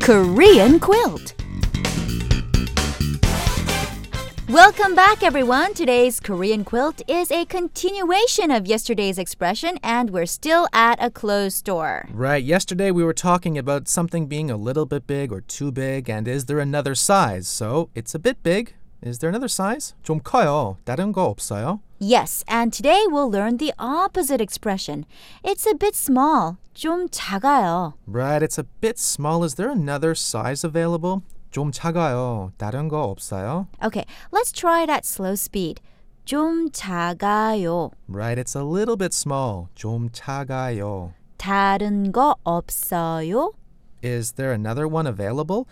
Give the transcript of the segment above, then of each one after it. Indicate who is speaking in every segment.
Speaker 1: Korean quilt. Welcome back, everyone. Today's Korean quilt is a continuation of yesterday's expression, and we're still at a clothes store.
Speaker 2: Right, yesterday we were talking about something being a little bit big or too big, and is there another size? So, it's a bit big. Is there another size? 좀 커요. 다른 거 없어요?
Speaker 1: Yes, and today we'll learn the opposite expression. It's a bit small. 좀 작아요.
Speaker 2: Right, it's a bit small. Is there another size available? 좀 작아요. 다른 거 없어요?
Speaker 1: Okay, let's try it at slow speed. 좀 작아요.
Speaker 2: Right, it's a little bit small. 좀 작아요.
Speaker 1: 다른 거 없어요?
Speaker 2: Is there another one available?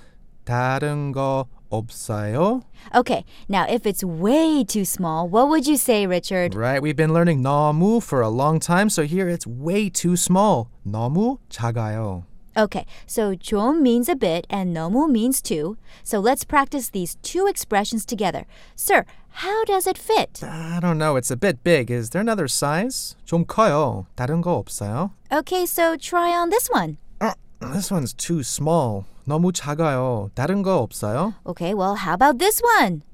Speaker 2: 다른 거 없어요?
Speaker 1: Okay, now if it's way too small, what would you say, Richard?
Speaker 2: Right, we've been learning 너무 for a long time, so here it's way too small. 너무 작아요.
Speaker 1: Okay, so 좀 means a bit and 너무 means too. So let's practice these two expressions together. Sir, how does it fit?
Speaker 2: I don't know, it's a bit big. Is there another size? 좀 커요. 다른 거 없어요?
Speaker 1: Okay, so try on this one.
Speaker 2: Uh, this one's too small. 너무 작아요. 다른 거 없어요?
Speaker 1: Okay, well, how about this one?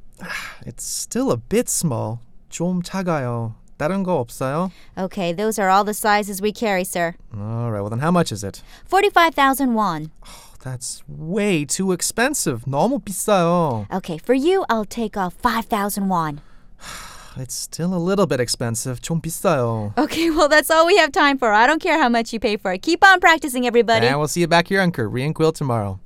Speaker 2: It's still a bit small. 좀 작아요. 다른 거 없어요?
Speaker 1: Okay, those are all the sizes we carry, sir.
Speaker 2: All right, well then how much is it?
Speaker 1: 45,000 won.
Speaker 2: Oh, that's way too expensive. 너무 비싸요.
Speaker 1: Okay, for you, I'll take off 5,000 won.
Speaker 2: It's still a little bit expensive. 좀 비싸요.
Speaker 1: Okay, well, that's all we have time for. I don't care how much you pay for it. Keep on practicing, everybody.
Speaker 2: And we'll see you back here on Korean Quill tomorrow.